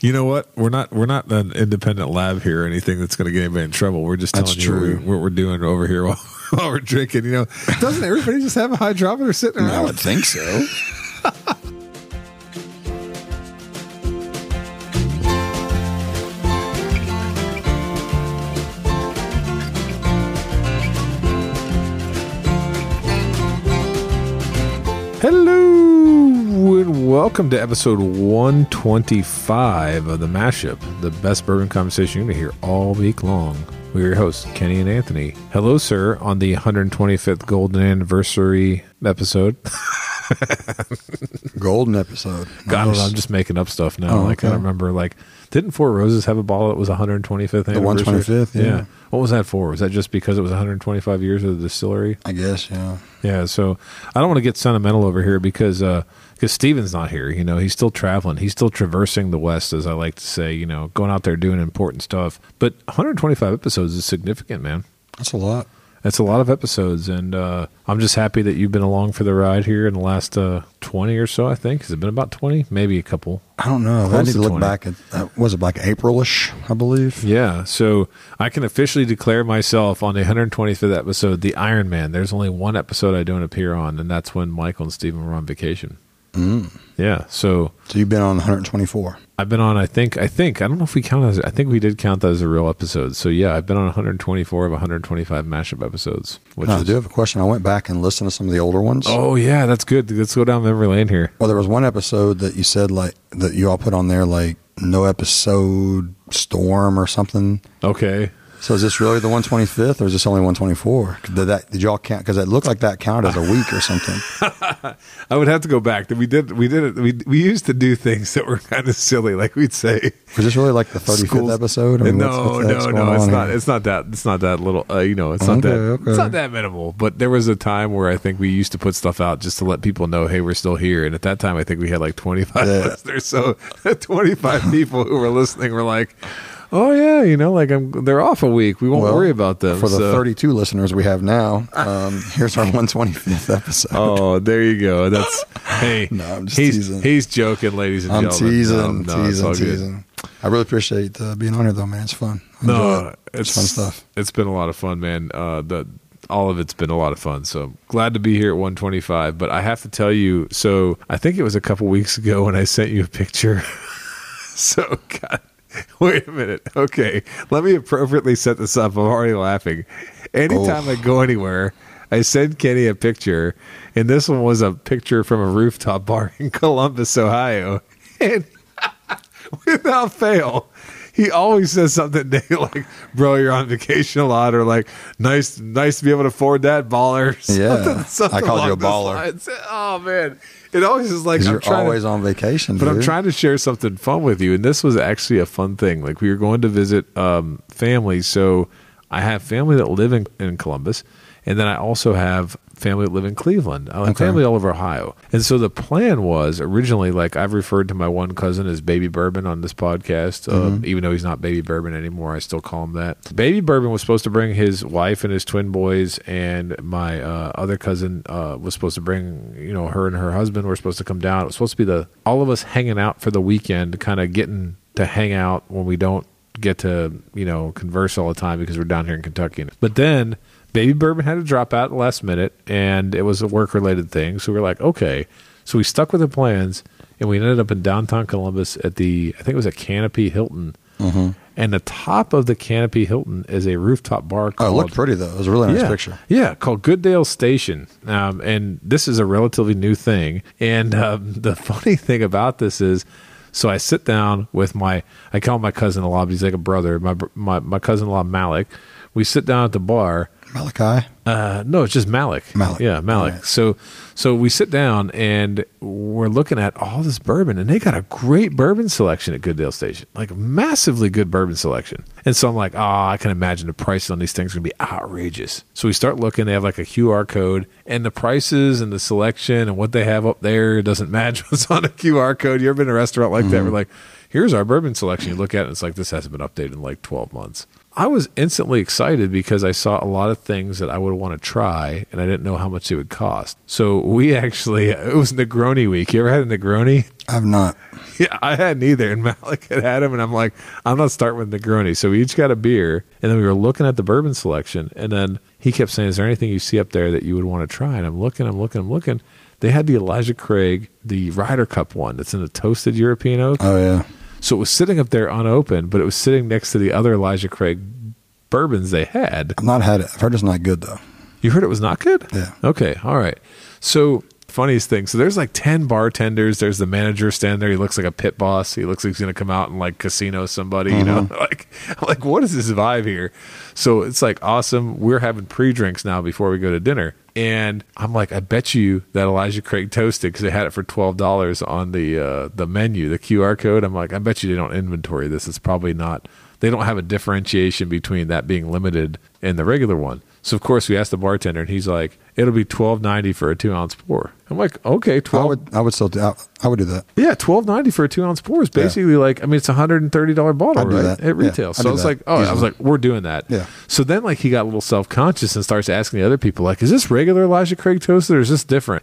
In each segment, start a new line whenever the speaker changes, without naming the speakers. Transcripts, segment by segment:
You know what? We're not we're not an independent lab here or anything that's going to get anybody in trouble. We're just telling
That's
you what, we,
true.
what we're doing over here while, while we're drinking. You know, doesn't everybody just have a hydrometer sitting
I
around?
would think so.
Hello and welcome to episode 125 of the Mashup, the best bourbon conversation you're going to hear all week long. We're your hosts, Kenny and Anthony. Hello, sir, on the 125th golden anniversary episode.
Golden episode.
God,
Nice.
I'm just making up stuff now.
Oh,
like I
okay.
remember, like didn't Four Roses have a bottle that was 125th anniversary?
125th, yeah.
What was that for? Was that just because it was 125 years of the distillery?
I guess, yeah.
Yeah, so I don't want to get sentimental over here because because Steven's not here. You know, he's still traveling. He's still traversing the West, as I like to say. You know, going out there doing important stuff. But 125 episodes is significant, man.
That's a lot.
That's a lot of episodes, and uh, I'm just happy that you've been along for the ride here in the last uh, 20 or so. I think has it been about 20, maybe a couple.
I don't know. I
Close
need
to
to look
20.
back at, uh, was it like Aprilish, I believe?
Yeah, so I can officially declare myself on the 125th episode, the Iron Man. There's only one episode I don't appear on, and that's when Michael and Steven were on vacation. Mm. Yeah, so
So you've been on 124.
I've been on. I think. I think. I don't know if we count as. I think we did count that as a real episode. So yeah, I've been on 124 of 125 mashup episodes. Which
Now, I
is,
do have a question. I went back and listened to some of the older ones.
oh yeah, that's good. Let's go down memory lane here.
Well, there was one episode that you said, like, that you all put on there, like, no episode storm or something.
Okay.
So is this really the 125th or is this only 124? Did that, did y'all count? Because it looked like that counted as a week or something.
I would have to go back. We did. We did it. We we used to do things that were kind of silly. Like we'd say,
Was this really like the 35th
Schools-
episode? I mean, what's-
no,
what the heck's
no,
going
no. It's
on
not.
here?
It's not that. It's not that little. Uh, you know, it's not
Okay,
that.
okay.
It's not that minimal. But there was a time where I think we used to put stuff out just to let people know, hey, we're still here. And at that time, I think we had like twenty five
Yeah.
listeners. So twenty five people who were listening were like, oh yeah, you know, like I'm. They're off a week. We won't
Well,
worry about them
For the
So-
32 listeners we have now, um, here's our 125th episode.
Oh, there you go. That's hey.
No, I'm just
he's,
teasing.
He's joking, ladies and
I'm
gentlemen.
teasing,
No, no, it's
teasing,
all good.
teasing. I really appreciate uh, being on here, though, man. It's fun. I enjoy
No, uh,
it. it's, fun stuff.
It's been a lot of fun, man. Uh, the all of it's been a lot of fun. So glad to be here at 125. But I have to tell you, so I think it was a couple weeks ago when I sent you a picture. so God, wait a minute. Okay, let me appropriately set this up. I'm already laughing. Anytime
Oh.
I go anywhere. I send Kenny a picture, and this one was a picture from a rooftop bar in Columbus, Ohio. And without fail. He always says something to you like, "Bro, you're on vacation a lot," or like, "Nice, nice to be able to afford that baller."
Yeah.
Something- something
I called you
along
a
those
baller.
lines. Oh man, it always is like
'Cause
I'm
you're
trying to-
always on vacation,
but I'm
dude.
trying to share something fun with you, and this was actually a fun thing. Like we were going to visit um, family, so I have family that live in, in Columbus, and then I also have family that live in Cleveland. I have
Okay.
family all over Ohio, and so the plan was originally like I've referred to my one cousin as Baby Bourbon on this podcast, um, even though he's not Baby Bourbon anymore. I still call him that. Baby Bourbon was supposed to bring his wife and his twin boys, and my uh, other cousin uh, was supposed to bring you know her and her husband were supposed to come down. It was supposed to be the all of us hanging out for the weekend, kind of getting to hang out when we don't get to you know converse all the time because we're down here in Kentucky. But then Baby Bourbon had to drop out at the last minute, and it was a work related thing. So we were like, okay. So we stuck with the plans, and we ended up in downtown Columbus at the I think it was a Canopy Hilton.
Mm-hmm.
And the top of the Canopy Hilton is a rooftop bar
Oh, it
called
looked pretty, though. It was a really nice
yeah.
picture.
Yeah, called Goodale Station. Um, and this is a relatively new thing. And um, the funny thing about this is, so I sit down with my, I call my cousin in law, but he's like a brother. My br- my, my cousin in law Malik. We sit down at the bar.
Malachi?
Uh, no, it's just Malik.
Malik.
Yeah, Malik.
Alright.
So so we sit down and we're looking at all this bourbon, and they got a great bourbon selection at Goodale Station, like massively good bourbon selection. And so I'm like, ah, I can imagine the prices on these things are gonna be outrageous. So we start looking. They have like a QR code, and the prices and the selection and what they have up there doesn't match what's on a QR code. You ever been in a restaurant like that? We're like, here's our bourbon selection. You look at it, and it's like this hasn't been updated in like 12 months. I was instantly excited because I saw a lot of things that I would want to try, and I didn't know how much it would cost. So we actually, it was Negroni week. You ever had a Negroni?
I've not.
Yeah, I hadn't either. And Malik had had him, and I'm like, I'm not starting with Negroni. So we each got a beer, and then we were looking at the bourbon selection, and then he kept saying, "Is there anything you see up there that you would want to try?" And I'm looking, I'm looking, I'm looking. They had the Elijah Craig, the Ryder Cup one that's in a toasted European oak.
Oh yeah.
So it was sitting up there unopened, but it was sitting next to the other Elijah Craig bourbons they had.
I've not had it. I've heard it's not good though.
You heard it was not good?
Yeah.
Okay. All right. So, funniest thing. So, there's like 10 bartenders. There's the manager standing there. He looks like a pit boss. He looks like he's going to come out and like casino somebody, you know? Like, like, what is this vibe here? So, it's like awesome. We're having pre drinks now before we go to dinner. And I'm like, I bet you that Elijah Craig toasted because they had it for twelve dollars on the uh, the menu, the QR code. I'm like, I bet you they don't inventory this. It's probably not. They don't have a differentiation between that being limited and the regular one. So of course we asked the bartender, and he's like, "It'll be twelve ninety for a two ounce pour." I'm like, "Okay,
I
twelve,
would. I would still. Do, I, I would do that.
yeah, twelve ninety for a two ounce pour is basically like, I mean, it's a hundred and thirty dollar bottle,
I'd do
right,
that.
at
Yeah,
retail."
I'd
so
do
I was
that
like, "Oh," I was
easily.
like, "We're doing that."
Yeah.
So then, like, he got a little self conscious and starts asking the other people, like, "Is this regular Elijah Craig toasted, or is this different?"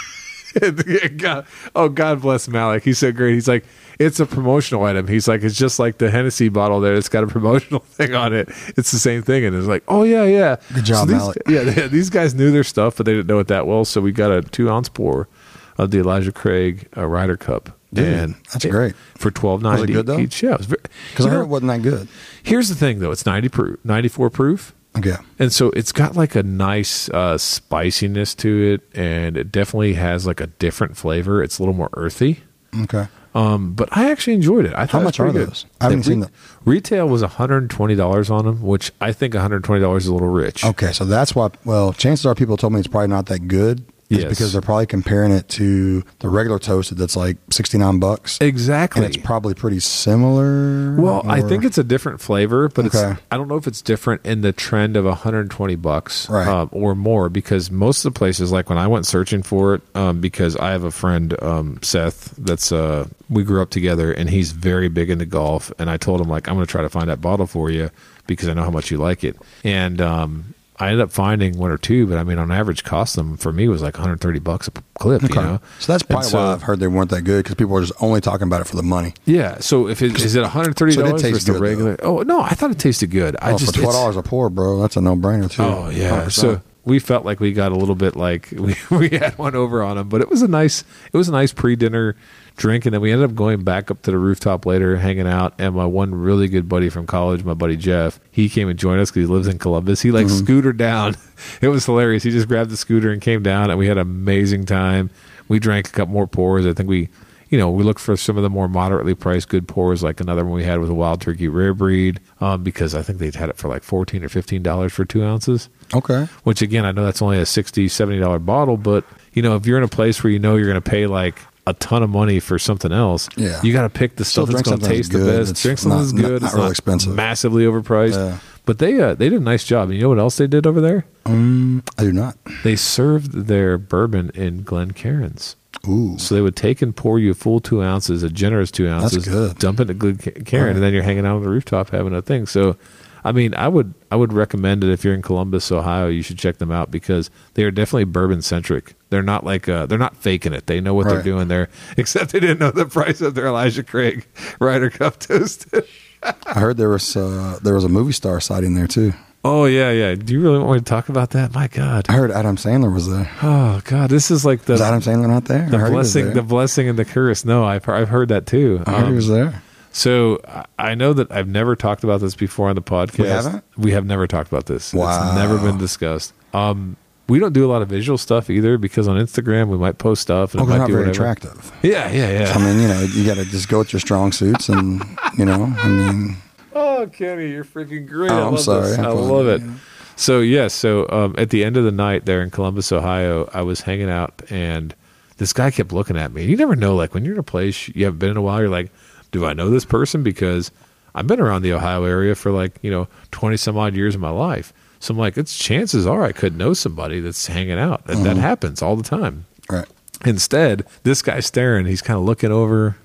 God, oh, God bless Malik. He's so great. He's like, it's a promotional item. He's like, it's just like the Hennessy bottle there. It's got a promotional thing on it. It's the same thing. And it's like, oh, yeah, yeah.
Good job,
these,
Malik.
Yeah, they- these guys knew their stuff, but they didn't know it that well. So we got a two ounce pour of the Elijah Craig uh, Ryder Cup.
Dude, that's great.
For twelve ninety
good, though?
each. Yeah, it was very-
Because
you
I heard
know,
it wasn't that good.
here's the thing though, it's ninety proof, ninety four proof.
Okay.
And so it's got like a nice uh, spiciness to it, and it definitely has like a different flavor. It's a little more earthy,
Okay.
um, but I actually enjoyed it. I thought it was
much are
pretty good.
those? I haven't
The
seen them.
Retail was one hundred and twenty dollars on them, which I think one hundred twenty dollars is a little rich.
Okay. So that's why. Well, chances are people told me it's probably not that good. It's
Yes.
Because they're probably comparing it to the regular toasted that's like sixty nine bucks,
Exactly.
and it's probably pretty similar.
Well, I
or-
think it's a different flavor, but it's
Okay.
I don't know if it's different in the trend of 120 bucks
Right.
um, or more because most of the places, like when I went searching for it, um, because I have a friend um, Seth that's uh, we grew up together, and he's very big into golf, and I told him like I'm going to try to find that bottle for you because I know how much you like it, and um, I ended up finding one or two, but I mean on average, cost them for me was like 130 bucks a p- clip, you know.
So that's
And
probably
so-
why I've heard they weren't that good because people are just only talking about it for the money.
yeah, so if it is it 130
So it did
dollars
taste
versus the
good, though.
regular? Oh no, I thought it tasted good. I
Oh,
just it's-
for twelve dollars a pour, bro, that's a no brainer too.
Oh yeah.
100%.
So we felt like we got a little bit like we, we had one over on him, but it was a nice it was a nice pre dinner drink, and then we ended up going back up to the rooftop later, hanging out. And my one really good buddy from college, my buddy Jeff, he came and joined us because he lives in Columbus. He like scootered down. It was hilarious. He just grabbed the scooter and came down, and we had an amazing time. We drank a couple more pours. I think we. You know, we looked for some of the more moderately priced good pours, like another one we had with a wild turkey rare breed, um, because I think they'd had it for like fourteen or fifteen dollars for two ounces
okay,
which again i know that's only a 60 70 dollar bottle but you know if you're in a place where you know you're going to pay like a ton of money for something else
Yeah.
you got to pick the
Still
stuff that's
drink
going to
something that's
taste the
good,
best
that's
drink something
not-
that's
not-
good
not
it's
real expensive.
massively overpriced
Yeah.
but they uh, they did a nice job and you know what else they did over there
um, I do not.
they served their bourbon in glen cairns
Ooh,
so they would take and pour you a full two ounces, a generous two ounces,
good.
dump it to Glen Karen, and then you're hanging out on the rooftop having a thing. So, I mean, I would I would recommend it if you're in Columbus, Ohio. You should check them out because they are definitely bourbon centric. They're not like uh, they're not faking it. They know what they're
Right.
doing there. Except they didn't know the price of their Elijah Craig Ryder Cup toasted.
I heard there was uh, there was a movie star sighting there too.
oh yeah, yeah. Do you really want me to talk about that? My God.
I heard Adam Sandler was there.
Oh God, this is like
Was
the.
Adam Sandler not there?
The
I heard he was
blessing, the
there.
blessing, and the curse. No, I've, I've heard that too.
I heard
Um,
he was there.
So I- I know that I've never talked about this before on the podcast.
We haven't?
We have never talked about this.
Wow.
It's never been discussed. Um, we don't do a lot of visual stuff either because on Instagram we might post stuff and
Oh,
it might
they're not
do
very
whatever.
attractive.
Yeah, yeah,
I
yeah.
mean, you know, you got to just go with your strong suits, and you know, I mean,
oh, Kenny, you're freaking great.
Oh,
I
I'm
love
sorry.
this.
I
I love it.
apologize.
So yes, so um, at the end of the night there in Columbus, Ohio, I was hanging out and this guy kept looking at me. You never know, like when you're in a place you haven't been in a while, you're like, do I know this person? Because I've been around the Ohio area for like you know twenty some odd years of my life. So I'm like, it's chances are I could know somebody that's hanging out. And
Mm-hmm.
That happens all the time.
right?
Instead, this guy's staring. He's kind of looking over,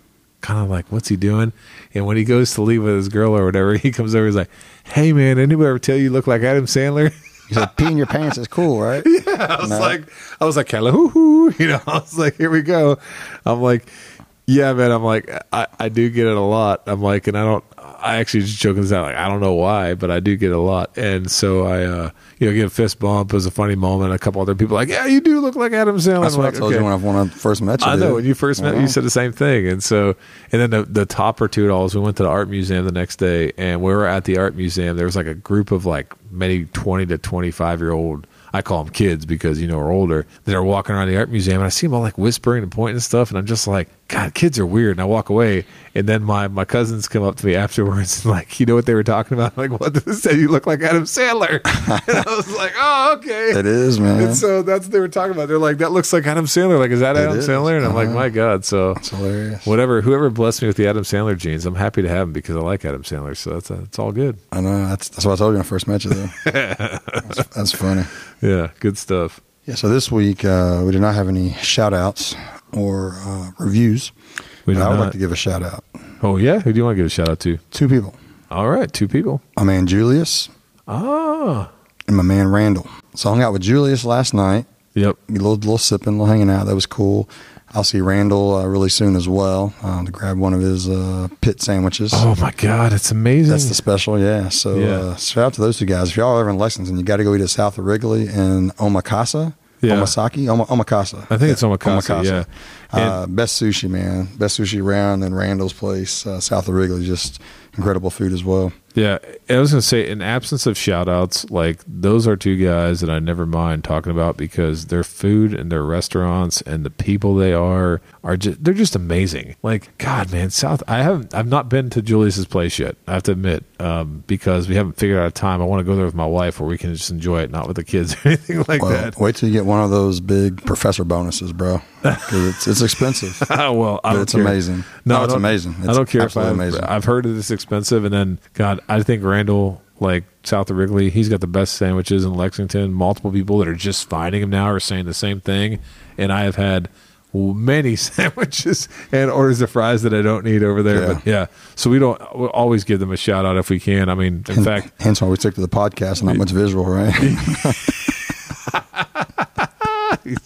kind of like, what's he doing? And when he goes to leave with his girl or whatever, he comes over. He's like, hey, man, anybody ever tell you you look like Adam Sandler?
You said peeing your pants is cool, right?
I was like, I was like, hello, hoo, hoo," you know, I was like, here we go. I'm like, Yeah, man. I'm like, I, I do get it a lot. I'm like, and I don't. I actually just joking this out. Like, I don't know why, but I do get it a lot. And so I, uh, you know, get a fist bump is a funny moment. A couple other people are like, yeah, you do look like Adam Sandler.
That's
I'm
what
like,
I told
okay.
you when I, when I first met you.
I know
dude.
when you first met,
Wow.
you said the same thing, and so and then the the topper to it all is we went to the art museum the next day, and we were at the art museum. There was like a group of like maybe twenty to twenty five year old. I call them kids because you know we're older. They're walking around the art museum, and I see them all like whispering and pointing and stuff, and I'm just like, God, kids are weird. And I walk away, and then my my cousins come up to me afterwards and like, you know what they were talking about? I'm like, what did they say? You look like Adam Sandler, and I was like, oh, okay.
It is, man.
And so that's what they were talking about. They're like, that looks like Adam Sandler. Like, is that Adam
is.
Sandler? And I'm like,
Uh-huh.
my God. So
it's hilarious.
whatever, whoever blessed me with the Adam Sandler genes, I'm happy to have them because I like Adam Sandler. So that's, uh, it's all good.
I know. That's, that's what I told you when I first met you, though. that's, that's funny.
Yeah. Good stuff.
Yeah, so this week uh, we did not have any shout outs or uh, reviews.
We
but
did
I would
not.
like to give a shout out.
Oh yeah. Who do you want to give a shout out to?
Two people
All right. Two people.
my man Julius
Ah,
and my man Randall. So I hung out with Julius last night,
yep.
a little, little sipping, little hanging out. That was cool. I'll see Randall uh, really soon as well um, to grab one of his uh, pit sandwiches.
Oh my God. It's amazing.
That's the special, yeah. So
Yeah.
Uh, shout out to those two guys. If y'all are ever in Lexington, you got to go eat at South of Wrigley and Omakasa.
Yeah.
Omasaki? Oma, omakasa.
I think it's Omakase. Yeah. And-
Uh, best sushi, man. Best sushi around. And Randall's place, uh, South of Wrigley, just incredible food as well.
Yeah, I was going to say, in absence of shout outs, like those are two guys that I never mind talking about because their food and their restaurants and the people they are are just they're just amazing. Like God, man, South. I haven't I've not been to Julius's place yet. I have to admit, um, because we haven't figured out a time. I want to go there with my wife where we can just enjoy it, not with the kids or anything like
Well,
that.
wait till you get one of those big professor bonuses, bro. 'Cause it's, it's expensive.
Oh well, I
But
don't
it's
care.
amazing. No,
I
it's
don't-
amazing.
I
It's
don't care if
absolutely
I've,
amazing.
I've heard that it's expensive, and then God, I think Randall, like south of Wrigley, he's got the best sandwiches in Lexington. Multiple people that are just finding him now are saying the same thing, and I have had many sandwiches and orders of fries that I don't need over there.
Yeah.
But yeah, so we don't we'll always give them a shout out if we can. I mean, in fact,
Hence why we stick to the podcast and not much visual, right?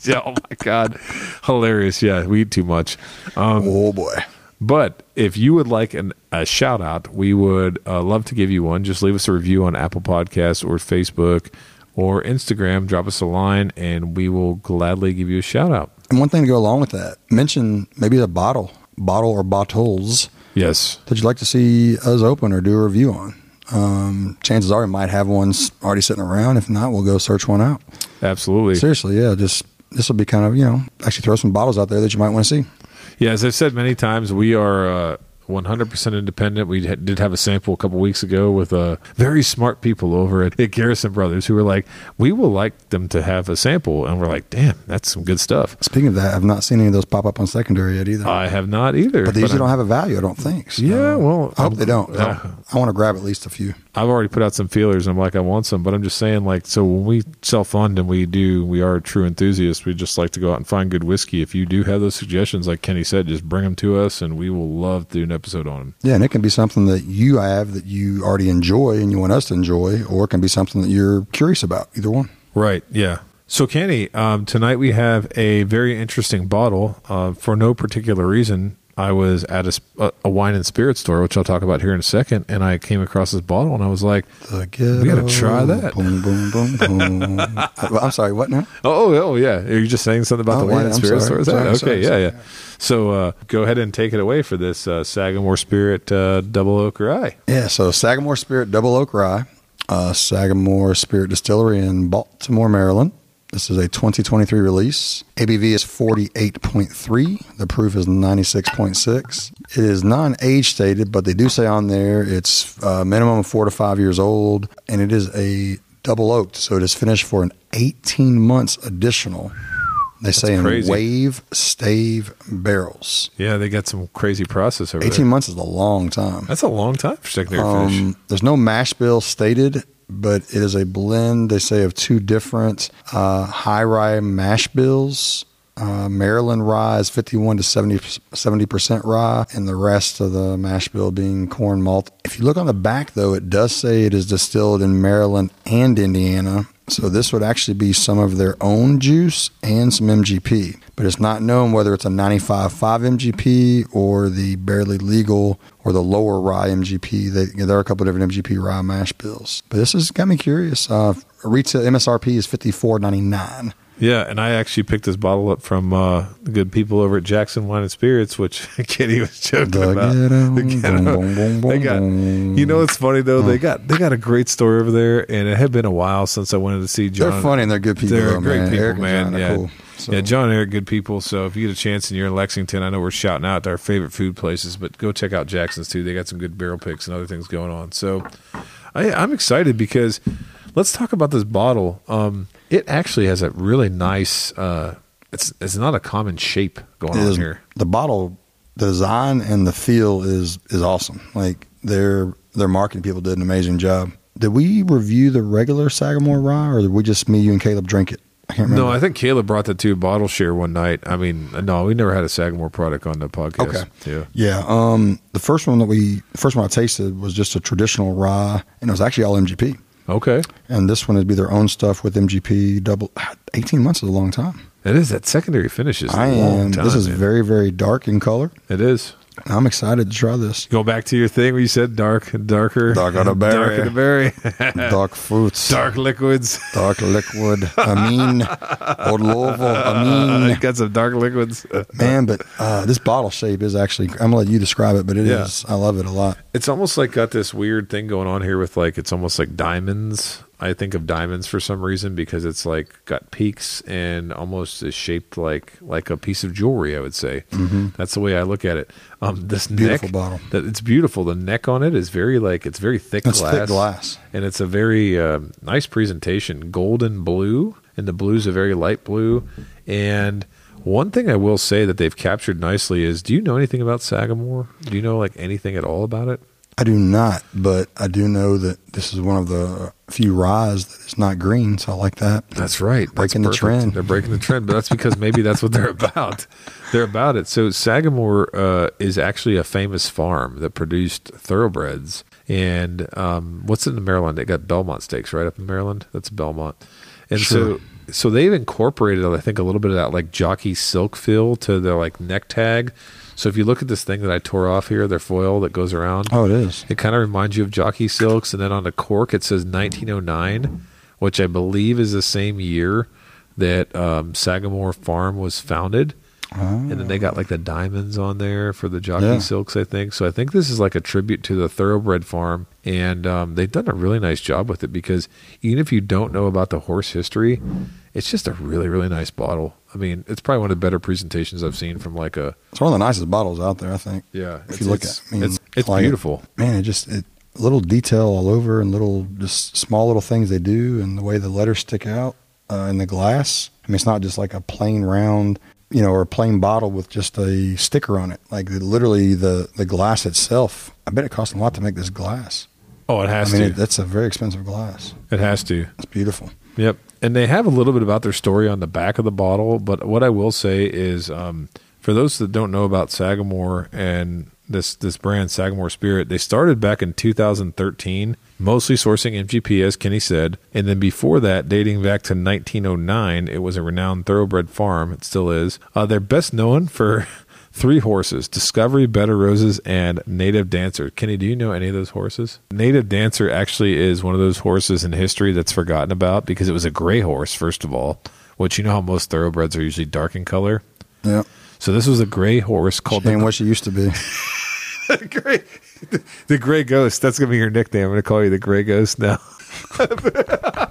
yeah, oh my God, hilarious. Yeah, we eat too much. Um,
oh, boy.
But if you would like an, a shout out, we would uh, love to give you one. Just leave us a review on Apple Podcasts or Facebook or Instagram. Drop us a line, and we will gladly give you a shout out.
And one thing to go along with that, mention maybe a bottle, bottle or bottles
Yes.
that you'd like to see us open or do a review on. Um, chances are we might have one s- already sitting around. If not, we'll go search one out.
Absolutely.
Seriously, yeah, just this will be kind of you know actually throw some bottles out there that you might want to see.
Yeah, as I've said many times, we are uh, 100% independent. We ha- did have a sample a couple weeks ago with uh, very smart people over at, at Garrison Brothers who were like, we will like them to have a sample. And we're like, damn, that's some good stuff.
Speaking of that, I've not seen any of those pop up on secondary yet either.
I have not either.
but they usually
I-
don't have a value, I don't think. So
Uh, Yeah, well,
I hope they don't.
Yeah.
I, want to grab at least a few.
I've already put out some feelers. And I'm like, I want some, but I'm just saying, like, so when we self fund and we do, we are true enthusiasts. We just like to go out and find good whiskey. If you do have those suggestions, like Kenny said, just bring them to us, and we will love to do an episode on them.
Yeah, and it can be something that you have that you already enjoy and you want us to enjoy, or it can be something that you're curious about. Either one.
Right? Yeah. So Kenny, um, tonight we have a very interesting bottle. Uh, for no particular reason, I was at a, sp- a- a wine and spirit store, which I'll talk about here in a second, and I came across this bottle, and I was like,
The ghetto.
gotta try that.
Boom, boom, boom, boom. Uh, well, I'm sorry. What now?
Oh, oh, yeah. Are you just saying something about
Oh,
the wine
yeah,
and
I'm
spirit
sorry.
store? Is
I'm
that?
sorry,
okay,
I'm sorry,
yeah,
I'm
yeah. So uh, go ahead and take it away for this uh, Sagamore Spirit uh, Double Oak Rye.
Yeah, so Sagamore Spirit Double Oak Rye, uh, Sagamore Spirit Distillery in Baltimore, Maryland. This is a 2023 release. ABV is 48.3. The proof is 96.6. It is non age stated, but they do say on there it's uh, minimum of four to five years old, and it is a double oaked, so it is finished for an 18 months additional. They say in
crazy.
wave stave barrels.
Yeah, they got some crazy process over
18
there.
months is a long time.
That's a long time for secondary finish.
Um, there's no mash bill stated, but it is a blend, they say, of two different uh, high rye mash bills. Uh, Maryland rye is 51 to 70, 70% rye, and the rest of the mash bill being corn malt. If you look on the back, though, it does say it is distilled in Maryland and Indiana So this would actually be some of their own juice and some MGP, but it's not known whether it's a 95.5 MGP or the barely legal or the lower rye MGP. They, there are a couple of different MGP rye mash bills, but this has got me curious. Uh, retail MSRP is fifty four ninety nine.
Yeah, and I actually picked this bottle up from uh, the good people over at Jackson Wine and Spirits, which Kenny was joking
The
about.
ghetto,
The
boom, boom, boom,
They
boom,
got,
boom.
you know, it's funny though. They got they got a great store over there, and it had been a while since I wanted to see John.
They're funny and they're good people.
They're
though,
great
man.
people,
Eric and
man.
John are
yeah.
cool. So-
yeah, John and Eric, good people. So if you get a chance and you're in Lexington, I know we're shouting out our favorite food places, but go check out Jackson's too. They got some good barrel picks and other things going on. So I, I'm excited because let's talk about this bottle. Um, it actually has a really nice. Uh, it's it's not a common shape going
is
on here.
the bottle the design and the feel is is awesome. Like their their marketing people did an amazing job. Did we review the regular Sagamore rye, or did we just me, you, and Caleb drink it? I can't remember.
No, I think Caleb brought that to a bottle share one night. I mean, no, we never had a Sagamore product on the podcast.
Okay.
Yeah.
yeah. Um, the first one that we, the first one I tasted was just a traditional rye, and it was actually all MGP.
Okay.
And this one would be their own stuff with MGP. Double, ah, eighteen months is a long time.
It is that secondary finish is a
I
long
am.
time.
this is
man.
very, very dark in color.
it is.
I'm excited to try this.
Go back to your thing where you said dark and darker.
Darker the berry.
Darker the berry.
dark fruits.
Eh. dark liquids.
Dark liquid. I mean, old Louisville. I
I
mean,
Uh, got some dark liquids.
man, but uh, this bottle shape is actually. I'm gonna let you describe it, but it is.
Yeah.
I love it a lot.
It's almost like got this weird thing going on here with like, it's almost like diamonds. I think of diamonds for some reason because it's like got peaks and almost is shaped like like a piece of jewelry. I would say that's the way I look at it. Um, this
Beautiful
neck,
bottle.
That it's beautiful. The neck on it is very like it's very thick
It's
glass.
thick glass.
and it's a very uh, nice presentation golden blue and the blue's a very light blue and one thing i will say that they've captured nicely is do you know anything about sagamore do you know like anything at all about it
I do not, but I do know that this is one of the few ryes that is not green, so I like that.
That's right.
Breaking the
perfect.
trend.
They're breaking the trend, but that's because maybe that's what they're about. They're about it. So Sagamore uh, is actually a famous farm that produced thoroughbreds. And um, what's in the Maryland? They got Belmont steaks right up in Maryland. That's Belmont. And
Sure.
so so they've incorporated I think a little bit of that like jockey silk feel to their like neck tag. So if you look at this thing that I tore off here, their foil that goes around,
Oh, it is.
it kind of reminds you of jockey silks, and then on the cork it says 1909, which I believe is the same year that um, Sagamore Farm was founded.
Oh.
And then they got like the diamonds on there for the jockey
Yeah.
silks, I think. So I think this is like a tribute to the thoroughbred farm, and um, they've done a really nice job with it because even if you don't know about the horse history, it's just a really really nice bottle. I mean, it's probably one of the better presentations I've seen from like a
It's one of the nicest bottles out there, I think.
yeah.
If you look
it's,
at, I mean,
it's, it's
I like it.
beautiful.
Man, it just it little detail all over and little just small little things they do and the way the letters stick out uh, in the glass. I mean, it's not just like a plain round, you know, or a plain bottle with just a sticker on it. Like the, literally the the glass itself. I bet it cost a lot to make this glass.
Oh, it
I
has
mean,
to.
it, that's a very expensive glass.
it has to.
It's beautiful.
Yep. And they have a little bit about their story on the back of the bottle. But what I will say is um, for those that don't know about Sagamore and this, this brand, Sagamore Spirit, they started back in 2013, mostly sourcing MGP, as Kenny said. And then before that, dating back to 1909, it was a renowned thoroughbred farm. It still is. Uh, they're best known for. Three horses, Discovery, Better Roses, and Native Dancer. Kenny, do you know any of those horses? Native Dancer actually is one of those horses in history that's forgotten about because it was a gray horse, first of all, which you know how most thoroughbreds are usually dark in color.
Yeah.
So this was a gray horse called
Shame what she used to be.
the gray, the gray ghost. That's gonna be your nickname. I'm gonna call you the gray ghost now.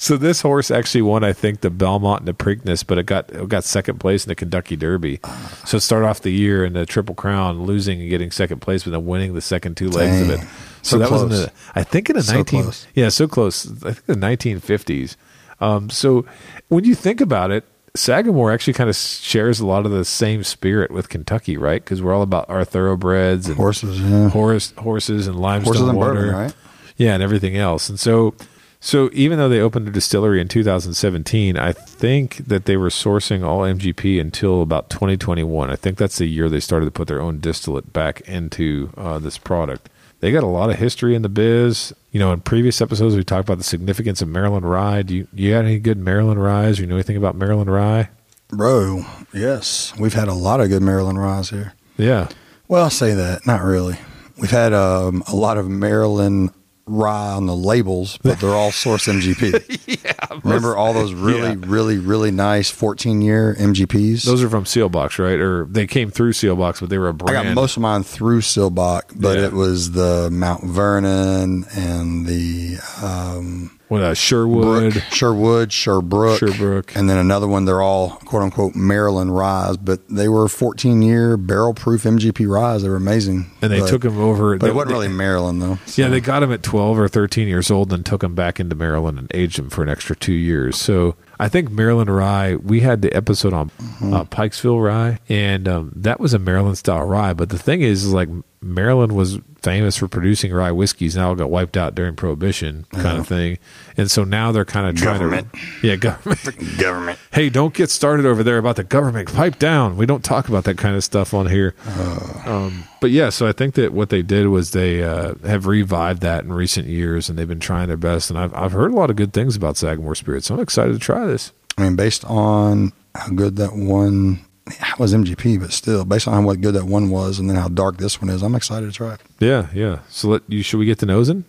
so this horse actually won, I think, the Belmont and the Preakness, but it got it got second place in the Kentucky Derby. So it started off the year in the Triple Crown, losing and getting second place, but then winning the second two legs of
Dang.
it. So,
So
that was in
close.
the, I think in the
So
nineteen
close.
yeah, so close. I think the 1950s. Um, so when you think about it, Sagamore actually kind of shares a lot of the same spirit with Kentucky, right? Because we're all about our thoroughbreds and
Horses, yeah.
horse, horses and limestone
Horses and
water,
bourbon, right?
Yeah, and everything else. And so, so even though they opened a distillery in 2017, I think that they were sourcing all MGP until about 2021. I think that's the year they started to put their own distillate back into uh, this product. They got a lot of history in the biz. You know, in previous episodes, we talked about the significance of Maryland rye. Do you, you got any good Maryland ryes? Or you know anything about Maryland rye?
Bro, yes. We've had a lot of good Maryland ryes here.
Yeah.
Well, I say that. Not really. We've had um, a lot of Maryland rye on the labels, but they're all source MGP.
Yeah.
Remember all those really, really, really nice 14 year MGPs?
Those are from Seal Box, right? Or they came through Seal Box, but they were a
I
brand.
got most of mine through Silbach, but
Yeah.
it was the Mount Vernon and the um,
what, uh,
Brook,
Sherwood,
Sherwood, Sherbrooke,
Sherbrooke.
and then another one. They're all quote unquote Maryland ryes, but they were 14 year barrel proof MGP ryes. They were amazing,
and they
but,
took him over.
But
they,
it wasn't really Maryland though. So.
Yeah, they got him at 12 or 13 years old and took him back into Maryland and aged him for an extra two years. So I think Maryland Rye, we had the episode on
Mm-hmm.
uh, Pikesville Rye, and um, that was a Maryland style rye. But the thing is, is like Maryland was famous for producing rye whiskeys and all got wiped out during Prohibition kind of thing. And so now they're kind of trying
Uh-huh. Government.
to. Yeah, government.
government.
hey, don't get started over there about the government. Pipe down. We don't talk about that kind of stuff on here.
Oh.
Um, but yeah, so I think that what they did was they uh, have revived that in recent years, and they've been trying their best. And I've I've heard a lot of good things about Sagamore Spirits. So I'm excited to try this.
I mean, based on how good that one that was MGP, but still based on how what good that one was, and then how dark this one is, I'm excited to try it.
Yeah, yeah. So let you should we get the nosing?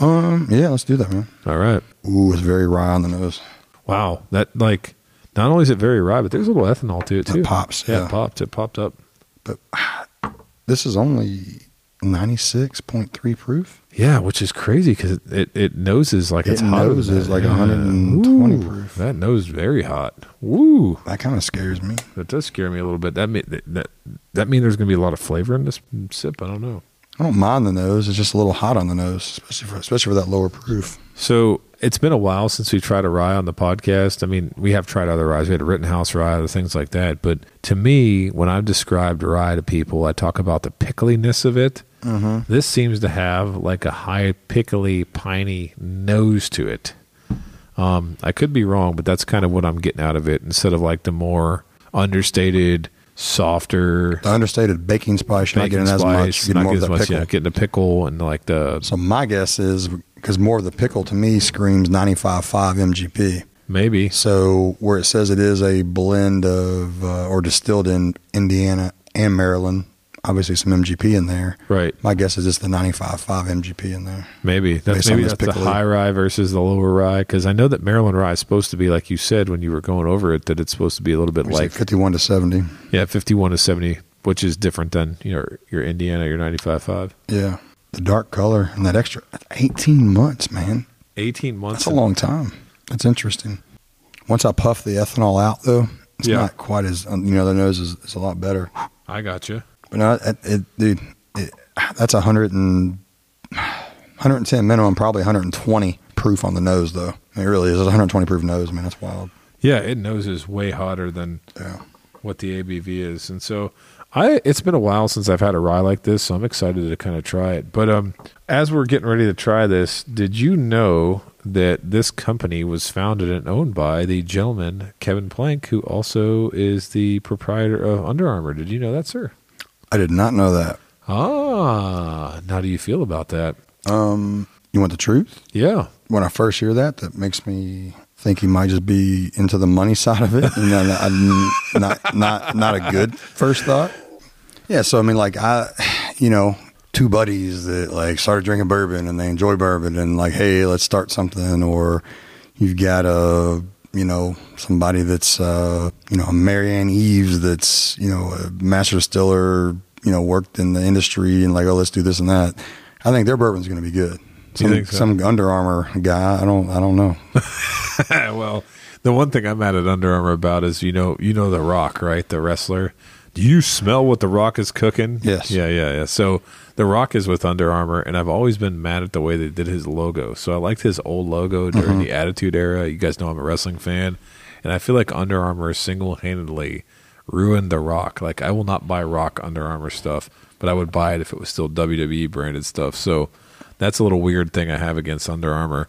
Um, yeah, let's do that, man.
All right.
Ooh, it's very rye on the nose.
Wow. That like not only is it very rye, but there's a little ethanol to it
It
too.
pops,
Yeah,
yeah.
it popped. It popped up.
This is only 96.3 proof.
Yeah, which is crazy because it, it, it noses like
It
it's hotter than
noses
that.
like
Yeah.
120
Ooh,
proof.
That nose very hot. Woo.
That kind of scares me.
That does scare me a little bit. That mean that that, that mean there's going to be a lot of flavor in this sip. I don't know.
I don't mind the nose. It's just a little hot on the nose, especially for especially for that lower proof.
So it's been a while since we tried a rye on the podcast. I mean, we have tried other ryes. We had a Rittenhouse rye, other things like that. But to me, when I've described rye to people, I talk about the pickliness of it.
Mm-hmm.
This seems to have like a high pickly, piney nose to it. Um, I could be wrong, but that's kind of what I'm getting out of it. Instead of like the more understated, softer,
The understated baking spice, you're not
bacon
getting as much.
spice,
You're
not
getting more of
getting as
that
much.
pickle.
Yeah, getting the pickle and like the
So my guess is because more of the pickle to me screams 95.5 MGP.
maybe.
So where it says it is a blend of uh, or distilled in Indiana and Maryland, obviously some MGP in there.
Right,
My guess is it's the 95.5 MGP in there.
maybe that's
Based on
maybe
this
that's the
pickle.
high rye versus the lower rye because I know that Maryland rye is supposed to be like you said when you were going over it that it's supposed to be a little bit
It's like
like
51 to 70.
yeah fifty one to seventy, which is different than you know your Indiana your ninety five five.
Yeah. The dark color and that extra 18 months, man.
Eighteen months.
That's a long time. That's interesting. Once I puff the ethanol out, though, it's
Yeah.
not quite as, you know, the nose is, is a lot better.
I got you.
But no, it, it, dude, it, that's 100 and, 110 minimum, probably 120 proof on the nose, though. I mean, it really is. It's 120 proof nose. I mean, that's wild.
Yeah, it noses way hotter than
Yeah.
what the ABV is. And so I it's been a while since I've had a rye like this, so I'm excited to kind of try it. But um as we're getting ready to try this, did you know that this company was founded and owned by the gentleman Kevin Plank, who also is the proprietor of Under Armour. Did you know that, sir?
I did not know that.
Ah, now do you feel about that?
Um, you want the truth?
Yeah.
When I first hear that, that makes me think he might just be into the money side of it, and then I- not not not a good first thought. Yeah, so I mean, like I, you know, two buddies that like started drinking bourbon and they enjoy bourbon, and like, hey, let's start something, or you've got a you know somebody that's uh, you know a Marianne Eves that's you know a master distiller, you know, worked in the industry, and like, oh, let's do this and that. I think their bourbon's going to be good.
You
Some,
think so?
some Under Armour guy, I don't, I don't know.
well, the one thing I'm mad at Under Armour about is you know you know the Rock, right? The wrestler. Do you smell what the Rock is cooking?
Yes.
Yeah, yeah, yeah. So the Rock is with Under Armour, and I've always been mad at the way they did his logo. So I liked his old logo during the Attitude Era. You guys know I'm a wrestling fan, and I feel like Under Armour single handedly ruined the Rock. Like I will not buy Rock Under Armour stuff, but I would buy it if it was still WWE branded stuff. So that's a little weird thing I have against Under Armour.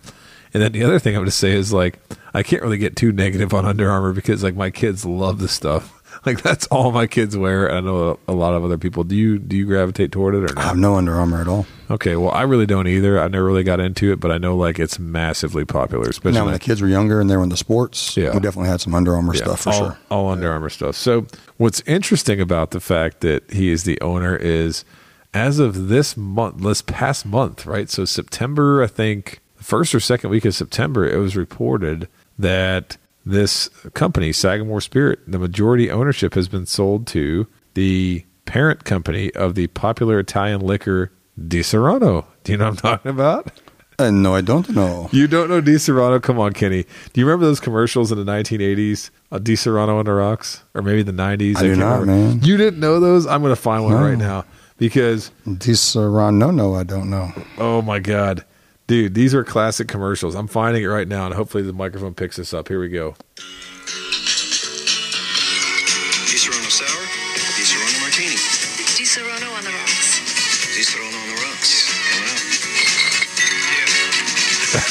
And then the other thing I'm going to say is like I can't really get too negative on Under Armour because like my kids love this stuff. Like that's all my kids wear. I know a lot of other people. Do you do you gravitate toward it or
I
not?
have no Under Armour at all.
Okay, well I really don't either. I never really got into it, but I know like it's massively popular, especially
now, when the kids were younger and they were into sports,
Yeah.
we definitely had some Under Armour
Yeah, Oh.
stuff for
all,
sure.
all Under Armour stuff. So what's interesting about the fact that he is the owner is as of this month, this past month, right? So September, I think first or second week of September, it was reported that this company, Sagamore Spirit, the majority ownership has been sold to the parent company of the popular Italian liquor Di Serrano. Do you know what I'm talking about?
And no, I don't know.
You don't know Di Serrano? Come on, Kenny. Do you remember those commercials in the 1980s? Uh, Di Serrano on the rocks, or maybe the 90s?
I do
can't
not, man.
You didn't know those? I'm going to find one
No.
right now because
Di Serrano, no, uh, I don't know.
oh my god, dude, these are classic commercials. I'm finding it right now, and hopefully the microphone picks this up. Here we go.
Di Serrano Sour, Di Serrano Martini,
Di Serrano on the rocks.
Di Serrano on the rocks. Coming up. Yeah.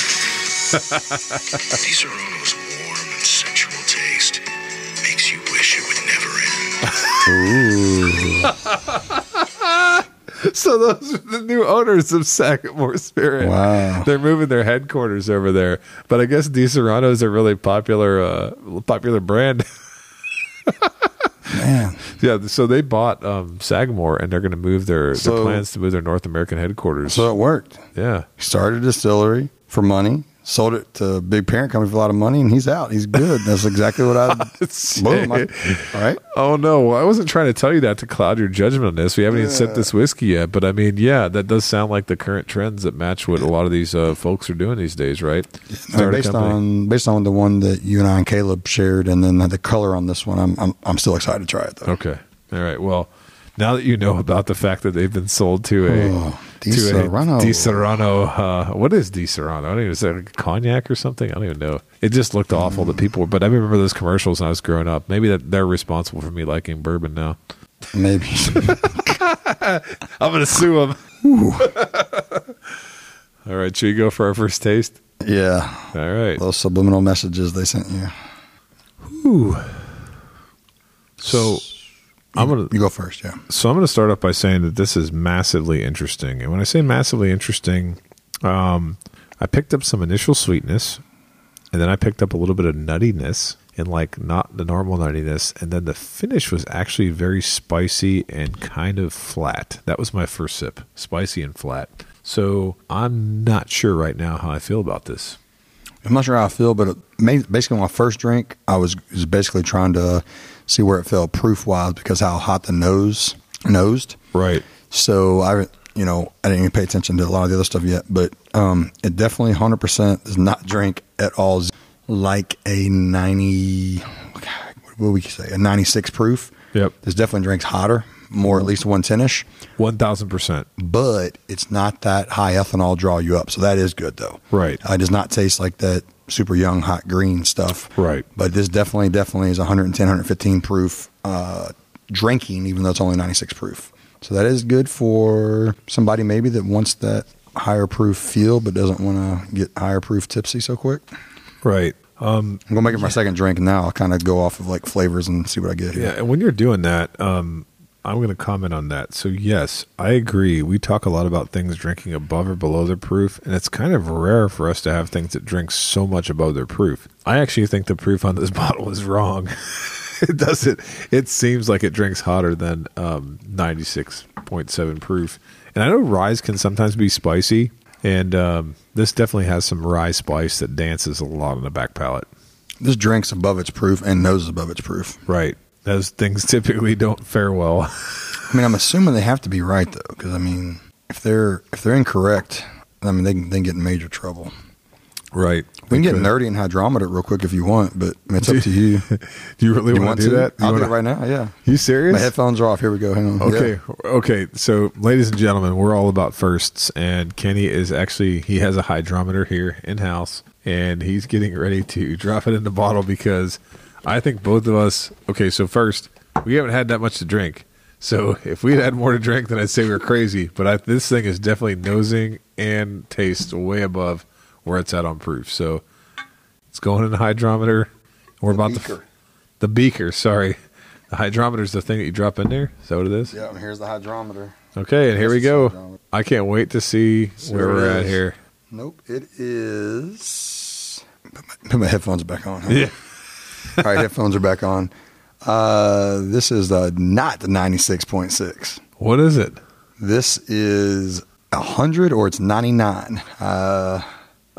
Di Serrano's warm and sensual taste makes you wish it would never end.
So those are the new owners of Sagamore Spirit.
Wow.
They're moving their headquarters over there, but I guess Di Serrano is a really popular, uh, popular brand.
Man,
Yeah, so they bought um, Sagamore, and they're going to move their, their
So-
plans to move their North American headquarters.
so it worked.
yeah,
He started a distillery for money, sold it to a big parent company for a lot of money, and he's out. He's good. That's exactly what I. boom. I- all right.
Oh no, I wasn't trying to tell you that to cloud your judgment on this. We haven't even sipped this whiskey yet, but I mean, yeah, that does sound like the current trends that match what a lot of these uh, folks are doing these days, right?
I mean,
Start a
based
company.
on based on the one that you and I and Caleb shared, and then the color on this one, I'm I'm, I'm still excited to try it though.
okay, all right. Well, now that you know about the fact that they've been sold to a
Oh, Di
to
Serrano.
a Di Serrano, uh, what is Di Serrano? I don't even is that a cognac or something? I don't even know. It just looked awful
Hmm.
that people. were But I remember those commercials when I was growing up. Maybe that they're responsible for me liking bourbon now.
Maybe
I'm gonna sue them. All right, should we go for our first taste?
yeah.
All right.
Those subliminal messages they sent you.
So I'm gonna
You go first, yeah.
so I'm gonna start off by saying that this is massively interesting. And when I say massively interesting, um, I picked up some initial sweetness, and then I picked up a little bit of nuttiness, and like not the normal nuttiness, and then the finish was actually very spicy and kind of flat. That was my first sip, spicy and flat. So I'm not sure right now how I feel about this.
I'm not sure how I feel, but it ma- basically my first drink, I was, was basically trying to see where it felt proof wise because how hot the nose nosed.
Right.
So I, you know, I didn't even pay attention to a lot of the other stuff yet, but um, it definitely 100% does not drink at all like a 90, what would we say, a 96 proof.
Yep.
This definitely drinks hotter, more at least 110 ish,
One thousand percent.
but it's not that high ethanol draw you up. So that is good though.
Right.
Uh, it does not taste like that super young hot green stuff.
Right.
But this definitely, definitely is 110, 115 proof uh, drinking, even though it's only 96 proof. So that is good for somebody maybe that wants that higher proof feel, but doesn't want to get higher proof tipsy so quick.
Right.
I'm gonna make it my second drink now. I'll kind of go off of like flavors and see what I get.
Yeah,
Here.
and when you're doing that, um, I'm going to comment on that. So yes, I agree. We talk a lot about things drinking above or below their proof, and it's kind of rare for us to have things that drink so much above their proof. I actually think the proof on this bottle is wrong. it doesn't. It seems like it drinks hotter than um, 96.7 proof, and I know rye can sometimes be spicy, and um, this definitely has some rye spice that dances a lot on the back palate.
This drink's above its proof and nose is above its proof.
Right. Those things typically don't fare well.
I mean, I'm assuming they have to be right though, because I mean, if they're if they're incorrect, I mean, they can they can get in major trouble.
Right.
We can get nerdy and hydrometer real quick if you want, but I mean, it's up to you.
Do you really
You
want to do that? You
I'll do it
wanna-
right now. Yeah.
You
My
serious?
headphones are off. Here we go. Hang on.
Okay.
Yeah.
Okay. So, ladies and gentlemen, we're all about firsts, and Kenny is actually he has a hydrometer here in house, and he's getting ready to drop it in the bottle because I think both of us. Okay. So first, we haven't had that much to drink. So if we'd had more to drink, then I'd say we are crazy. But I, this thing is definitely nosing and taste way above where it's at on proof. So it's going in the hydrometer. We're about to
beaker.
the beaker. Sorry, The hydrometer's the thing that you drop in there. Is that what it is?
Yeah, and here's the hydrometer.
Okay, and here we
Yes, it's
go.
hydrometer.
I can't wait to see where
what it
we're at
is.
here.
Nope, it is. Put my, put my headphones back on. huh?
Yeah.
All right, headphones are back on. Uh, this is uh, not 96.6.
What is it?
This is 100 or it's 99. Uh,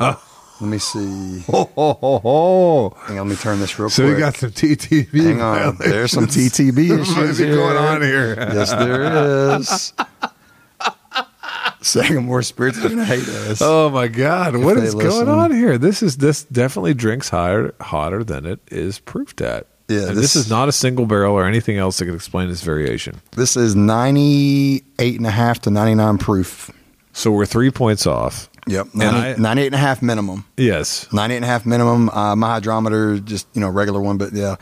Oh.
Let me see.
Oh, ho, ho, ho.
Hang on, let me turn this real
So
quick.
we got some TTV.
Hang on. There's some
violations.
TTB
What might
issues
be going
here.
on here.
Yes, there is. Sagamore Spirits are going to hate us.
Oh my God! What
they
is
listen.
going on here? This is this definitely drinks higher, hotter than it is proofed at.
Yeah,
and this,
this-
is not a single barrel or anything else that could explain this variation.
This is 98 and a half to 99 proof.
So we're three points off.
Yep.
I-
90, 98 and a half minimum.
Yes,
98 and a half minimum. Uh, my hydrometer, just, you know, regular one, but yeah,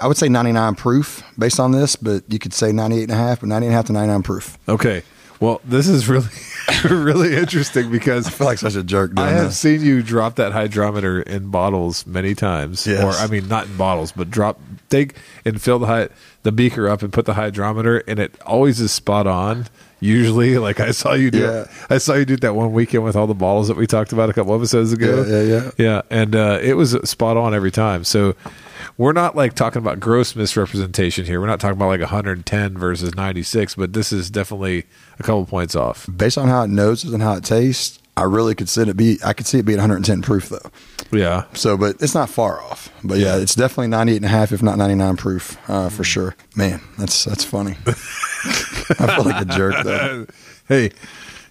I would say 99 proof based on this, but you could say 98 and a half, but 98 and a half to 99 proof.
Okay. Well, this is really, really interesting because I,
I feel like such a jerk doing
have
this.
seen you drop that hydrometer in bottles many times.
Yes.
Or, I mean, not in bottles, but drop, take and fill the, hy- the beaker up and put the hydrometer, and it always is spot on. Usually, like I saw you do,
Yeah.
I saw you do that one weekend with all the bottles that we talked about a couple episodes ago.
Yeah, yeah, yeah.
Yeah, and uh, it was spot on every time. So we're not like talking about gross misrepresentation here. We're not talking about like 110 versus 96, but this is definitely a couple points off.
Based on how it noses and how it tastes, I really could see it be, I could see it being 110 proof though.
Yeah.
So, but it's not far off. But yeah, it's definitely 98 and a half, if not 99 proof, uh,
Mm-hmm.
for sure. Man, that's that's funny. I feel like a jerk though.
Hey,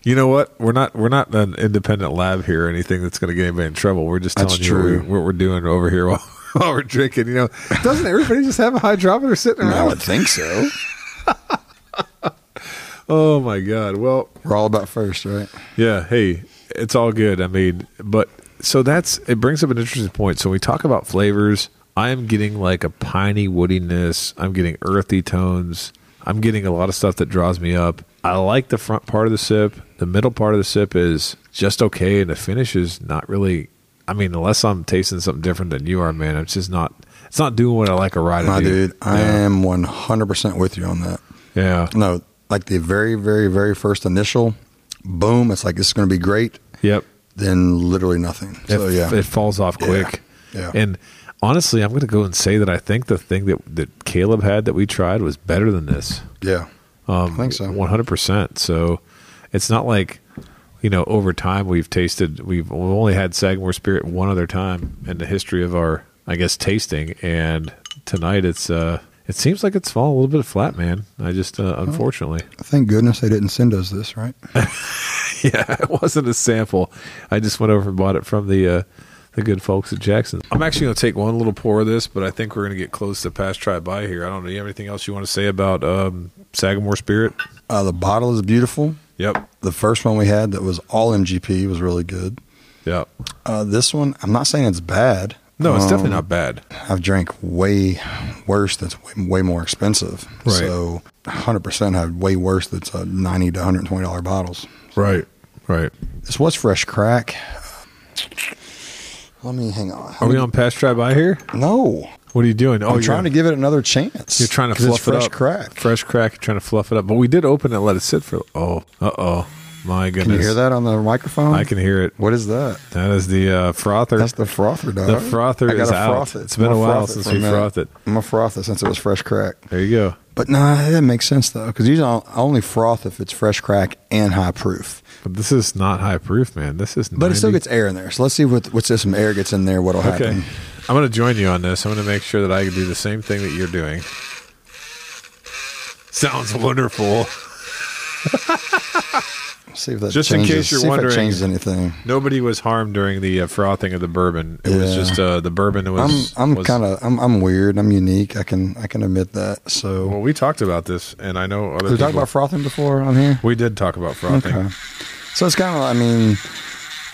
you know what? We're not we're not an independent lab here or anything that's going to get anybody in trouble. We're just telling
That's
you what we-
true.
What, we're doing over here while, while we're drinking. You know, doesn't everybody just have a hydrometer sitting
I
around?
would think so.
Oh my god! Well,
We're all about first, right?
Yeah, hey, it's all good. I mean, but so that's it brings up an interesting point. So when we talk about flavors, I am getting like a piney woodiness, I'm getting earthy tones, I'm getting a lot of stuff that draws me up. I like the front part of the sip. The middle part of the sip is just okay and the finish is not really I mean, unless I'm tasting something different than you are, man, it's just not it's not doing what I like a ride.
My dude, I
yeah.
am 100% with you on that.
yeah.
No, like the very, very, very first initial boom, it's like, this is going to be great.
Yep.
Then literally nothing. So,
it,
yeah.
it falls off
Yeah.
quick.
Yeah.
And honestly, I'm going to go and say that I think the thing that, that Caleb had that we tried was better than this.
yeah.
Um,
I think so.
100%. So it's not like, you know, over time we've tasted, we've we've only had Sagamore Spirit one other time in the history of our, I guess, tasting. And tonight it's, uh, it seems like it's fallen a little bit flat, man. I just,
Oh.
uh, unfortunately.
Thank goodness they didn't send us this, right?
yeah, it wasn't a sample. I just went over and bought it from the uh, the good folks at Jackson. I'm actually going to take one little pour of this, but I think we're going to get close to past try by here. I don't know. You have anything else you want to say about um, Sagamore Spirit?
Uh, the bottle is beautiful.
Yep.
The first one we had that was all MGP was really good.
Yep.
Uh, this one, I'm not saying it's bad.
No, it's
Um,
definitely not bad.
I've drank way worse. That's way, way more expensive.
Right.
So, 100% have way worse. That's uh, 90 to 120 dollar bottles.
Right. Right.
This was fresh crack. Let me hang on.
Are we on past try by here?
No,
What are you doing? Oh,
I'm trying to give it another chance.
You're trying to
'Cause
fluff
it's fresh
it up.
crack.
Fresh crack. You're trying to fluff it up. But we did open it and let it sit for. Oh. Uh oh. My goodness.
Can you hear that on the microphone?
I can hear it.
What is that?
That is the uh, frother.
That's the frother, dog.
The frother
I gotta
is out.
froth it.
It's been
I'm
a
gonna
while
froth it
since
for a
we
minute.
frothed it.
I'm gonna froth it since it was fresh crack.
There you go.
But nah, that makes sense though, because usually I'll- I only froth if it's fresh crack and high proof.
But this is not high proof, man. This is.
But it still
90
gets air in there. So let's see what what's this. Some air gets in there. What'll
Okay,
happen?
I'm going to join you on this. I'm going to make sure that I can do the same thing that you're doing. Sounds wonderful.
See if that
Just in
changes.
case you're
see
wondering-
if it changes anything.
Nobody was harmed during the uh, frothing of the bourbon. It was
Yeah.
just uh, the bourbon
I'm
was.
I'm
was-
kind of I'm I'm weird. I'm unique. I can I can admit that. So
Well, we talked about this, and I know other.
we talked
people-
about frothing before on here.
we did talk about frothing.
Okay. So it's kind of I mean,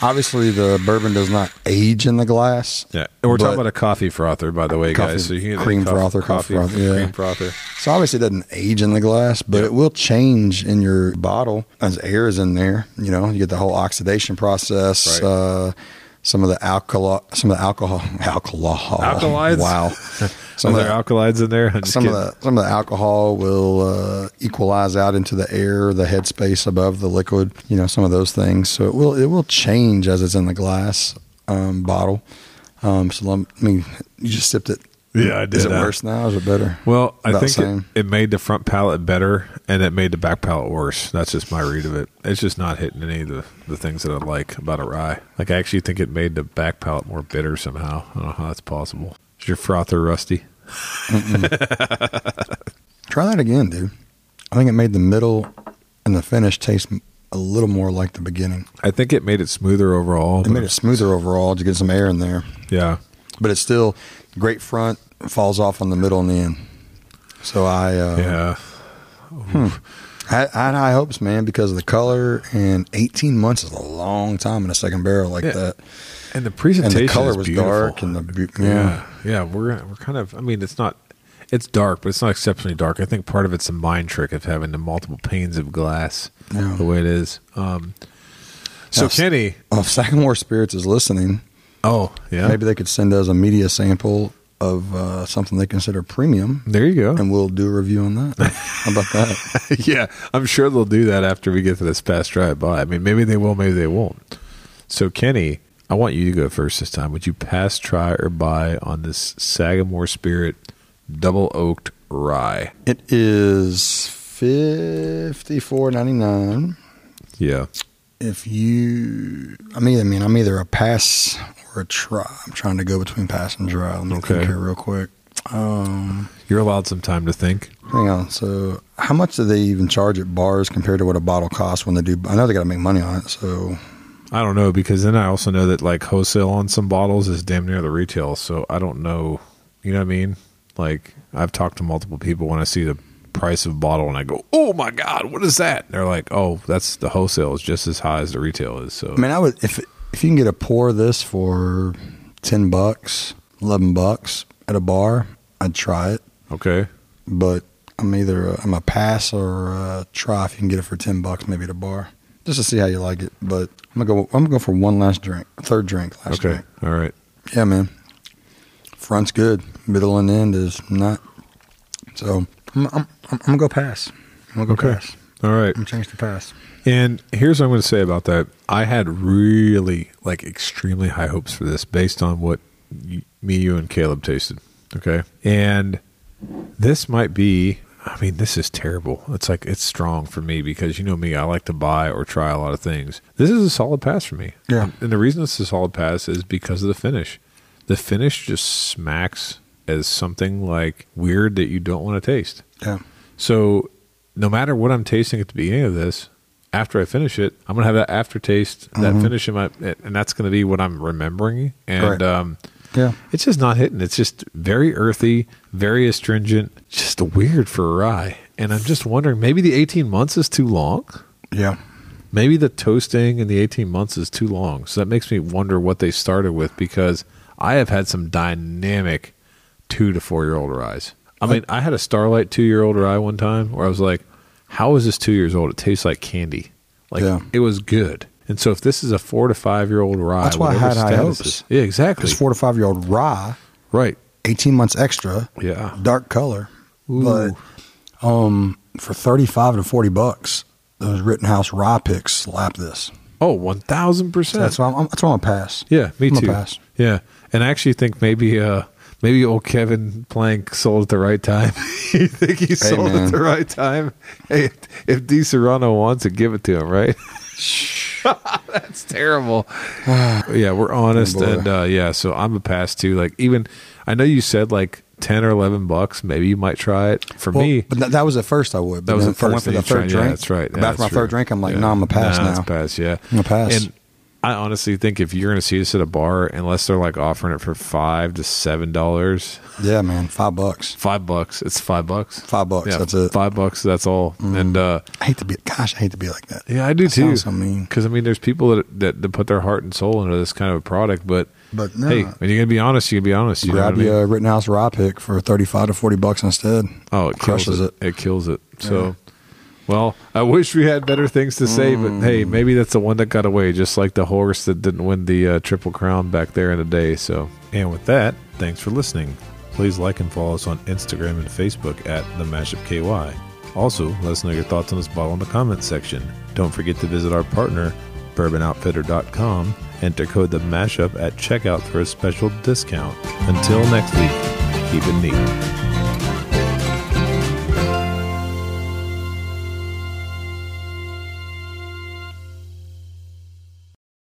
obviously the bourbon does not age in the glass.
Yeah, and we're talking
But-
about a coffee frother, by the way,
Coffee-
guys. So you can get a
cream
coff-
frother, coffee
coffee,
frother,
cream
yeah.
frother.
So obviously it doesn't age in the glass, but it will change in your bottle as air is in there. You know, you get the whole oxidation process.
Right.
Uh, some of the alcohol, some of the alcohol, alcohol,
Alkaloids?
Wow,
Some
Some
Are
of
there
the,
alkalides in there? I'm just
some of
kidding.
the some of the alcohol will uh, equalize out into the air, the headspace above the liquid. You know, some of those things. So it will it will change as it's in the glass um, bottle. Um, so let me. You just sipped it.
Yeah, I did.
Is it
Uh,
worse now? Is it better?
Well, I
About
think
same.
it, it made the front palate better and it made the back palate worse. That's just my read of it. It's just not hitting any of the, the things that I like about a rye. Like, I actually think it made the back palate more bitter somehow. I don't know how that's possible. Is your frother rusty?
Try that again, dude. I think it made the middle and the finish taste a little more like the beginning.
I think it made it smoother overall.
It made it smoother overall to get some air in there,
Yeah.
but it's still great front falls off on the middle and the end. So I uh,
Yeah.
I, I had high hopes, man, because of the color. And 18 months is a long time in a second barrel like
Yeah.
that.
And the
And
presentation
the color
is
was
beautiful.
dark, and the bu-
Yeah,
yeah.
yeah, we're we're kind of. I mean, it's not. It's dark, but it's not exceptionally dark. I think part of it's a mind trick of having the multiple panes of glass
Yeah.
the way it is. Um, so
Now, s-
Kenny,
Well, if Sagamore Spirits is listening,
oh yeah,
maybe they could send us a media sample of uh, something they consider premium,
there you go.
and we'll do a review on that. How about that?
yeah, I'm sure they'll do that after we get to this past drive by. I mean, maybe they will, maybe they won't. So Kenny, I want you to go first this time. Would you pass, try, or buy on this Sagamore Spirit double oaked rye?
It is fifty four ninety nine.
Yeah,
If you, I mean, I mean, I'm either a pass or a try. I'm trying to go between pass and try. Let me
Okay.
think here real quick. Um,
you're allowed some time to think.
Hang on. So, how much do they even charge at bars compared to what a bottle costs when they do? I know they got to make money on it. So,
I don't know because then I also know that like wholesale on some bottles is damn near the retail. So I don't know. You know what I mean? Like I've talked to multiple people when I see the price of a bottle and I go, "Oh my god, what is that?" And they're like, "Oh, that's the wholesale is just as high as the retail is." So
I mean, I would if if you can get a pour of this for ten bucks, eleven bucks at a bar, I'd try it.
okay,
But I'm either a, I'm a pass or a try if you can get it for ten bucks, maybe at a bar, just to see how you like it. But I'm gonna go. I'm gonna go for one last drink, third drink, last
okay,
drink.
all right.
Yeah, man. Front's good. Middle and end is not. So I'm, I'm, I'm gonna go pass. I'm gonna go
Okay.
pass.
All right.
I'm gonna change to pass.
And here's what I'm going to say about that. I had really, like, extremely high hopes for this based on what y me, you, and Caleb tasted. Okay. And this might be, I mean, this is terrible. It's like, it's strong for me because you know me, I like to buy or try a lot of things. This is a solid pass for me.
Yeah.
And the reason it's a solid pass is because of the finish. The finish just smacks as something like weird that you don't want to taste.
Yeah.
So, no matter what I'm tasting at the beginning of this, after I finish it, I'm gonna have that aftertaste, that finish in my, and that's gonna be what I'm remembering. And
Right.
um,
Yeah.
it's just not hitting. It's just very earthy, very astringent, just weird for a rye. And I'm just wondering, maybe the 18 months is too long.
Yeah.
Maybe the toasting in the 18 months is too long. So that makes me wonder what they started with because I have had some dynamic two to four year old ryes. I mean, I had a Starlight two year old rye one time where I was like, how is this two years old? It tastes like candy. Like,
Yeah.
it was good. And so if this is a four to five year old rye,
That's why I
whatever
had high
status
hopes.
is- Yeah, exactly.
This four to five year old rye,
right.
eighteen months extra,
Yeah.
dark color,
Ooh.
but um, for thirty five to forty bucks, those Rittenhouse rye picks slap this.
Oh, 1000%.
So that's why I'm, that's why I'm a pass.
Yeah, me
I'm a
too.
pass.
Yeah, and I actually think maybe uh maybe old Kevin Plank sold at the right time. you think he sold at
man.
the right time? Hey, if D Serrano wants it, give it to him, right? That's terrible. yeah, we're honest,
Oh, boy.
and uh, yeah, so I'm a pass too. Like even I know you said like ten or eleven bucks. Maybe you might try it. For
Well,
me,
but that, that was at first I would. but
that was
then
the
if I went
first
for
thing
the
you tried.
third drink.
Yeah, that's right. Yeah,
back for my
that's true.
third drink, I'm like,
Yeah.
no, I'm a pass
Nah,
now.
it's pass. Yeah,
I'm a pass.
And I honestly think if you're going to see this at a bar, unless they're like offering it for five to seven dollars,
Yeah, man, five bucks.
five bucks, it's five bucks.
Five bucks.
Yeah,
that's it.
Five bucks. That's all. And uh,
I hate to be. Gosh, I hate to be like that.
yeah, I do
That
too.
sounds so mean.
Because I mean, there's people that, that that put their heart and soul into this kind of a product, but
But no.
hey, when you're going to be honest, you can be honest. You know
Grab
what I mean?
your Rittenhouse rye pick for thirty-five to forty bucks instead.
Oh, it
crushes
kills it. it. kills it. So, well, I wish we had better things to say, but hey, maybe that's the one that got away, just like the horse that didn't win the uh, Triple Crown back there in the day. So, and with that, thanks for listening. please like and follow us on Instagram and Facebook at The Mashup KY. Also, let us know your thoughts on this bottle in the comments section. Don't forget to visit our partner, bourbonoutfitter.com. Enter code the mashup at checkout for a special discount. Until next week, keep it neat.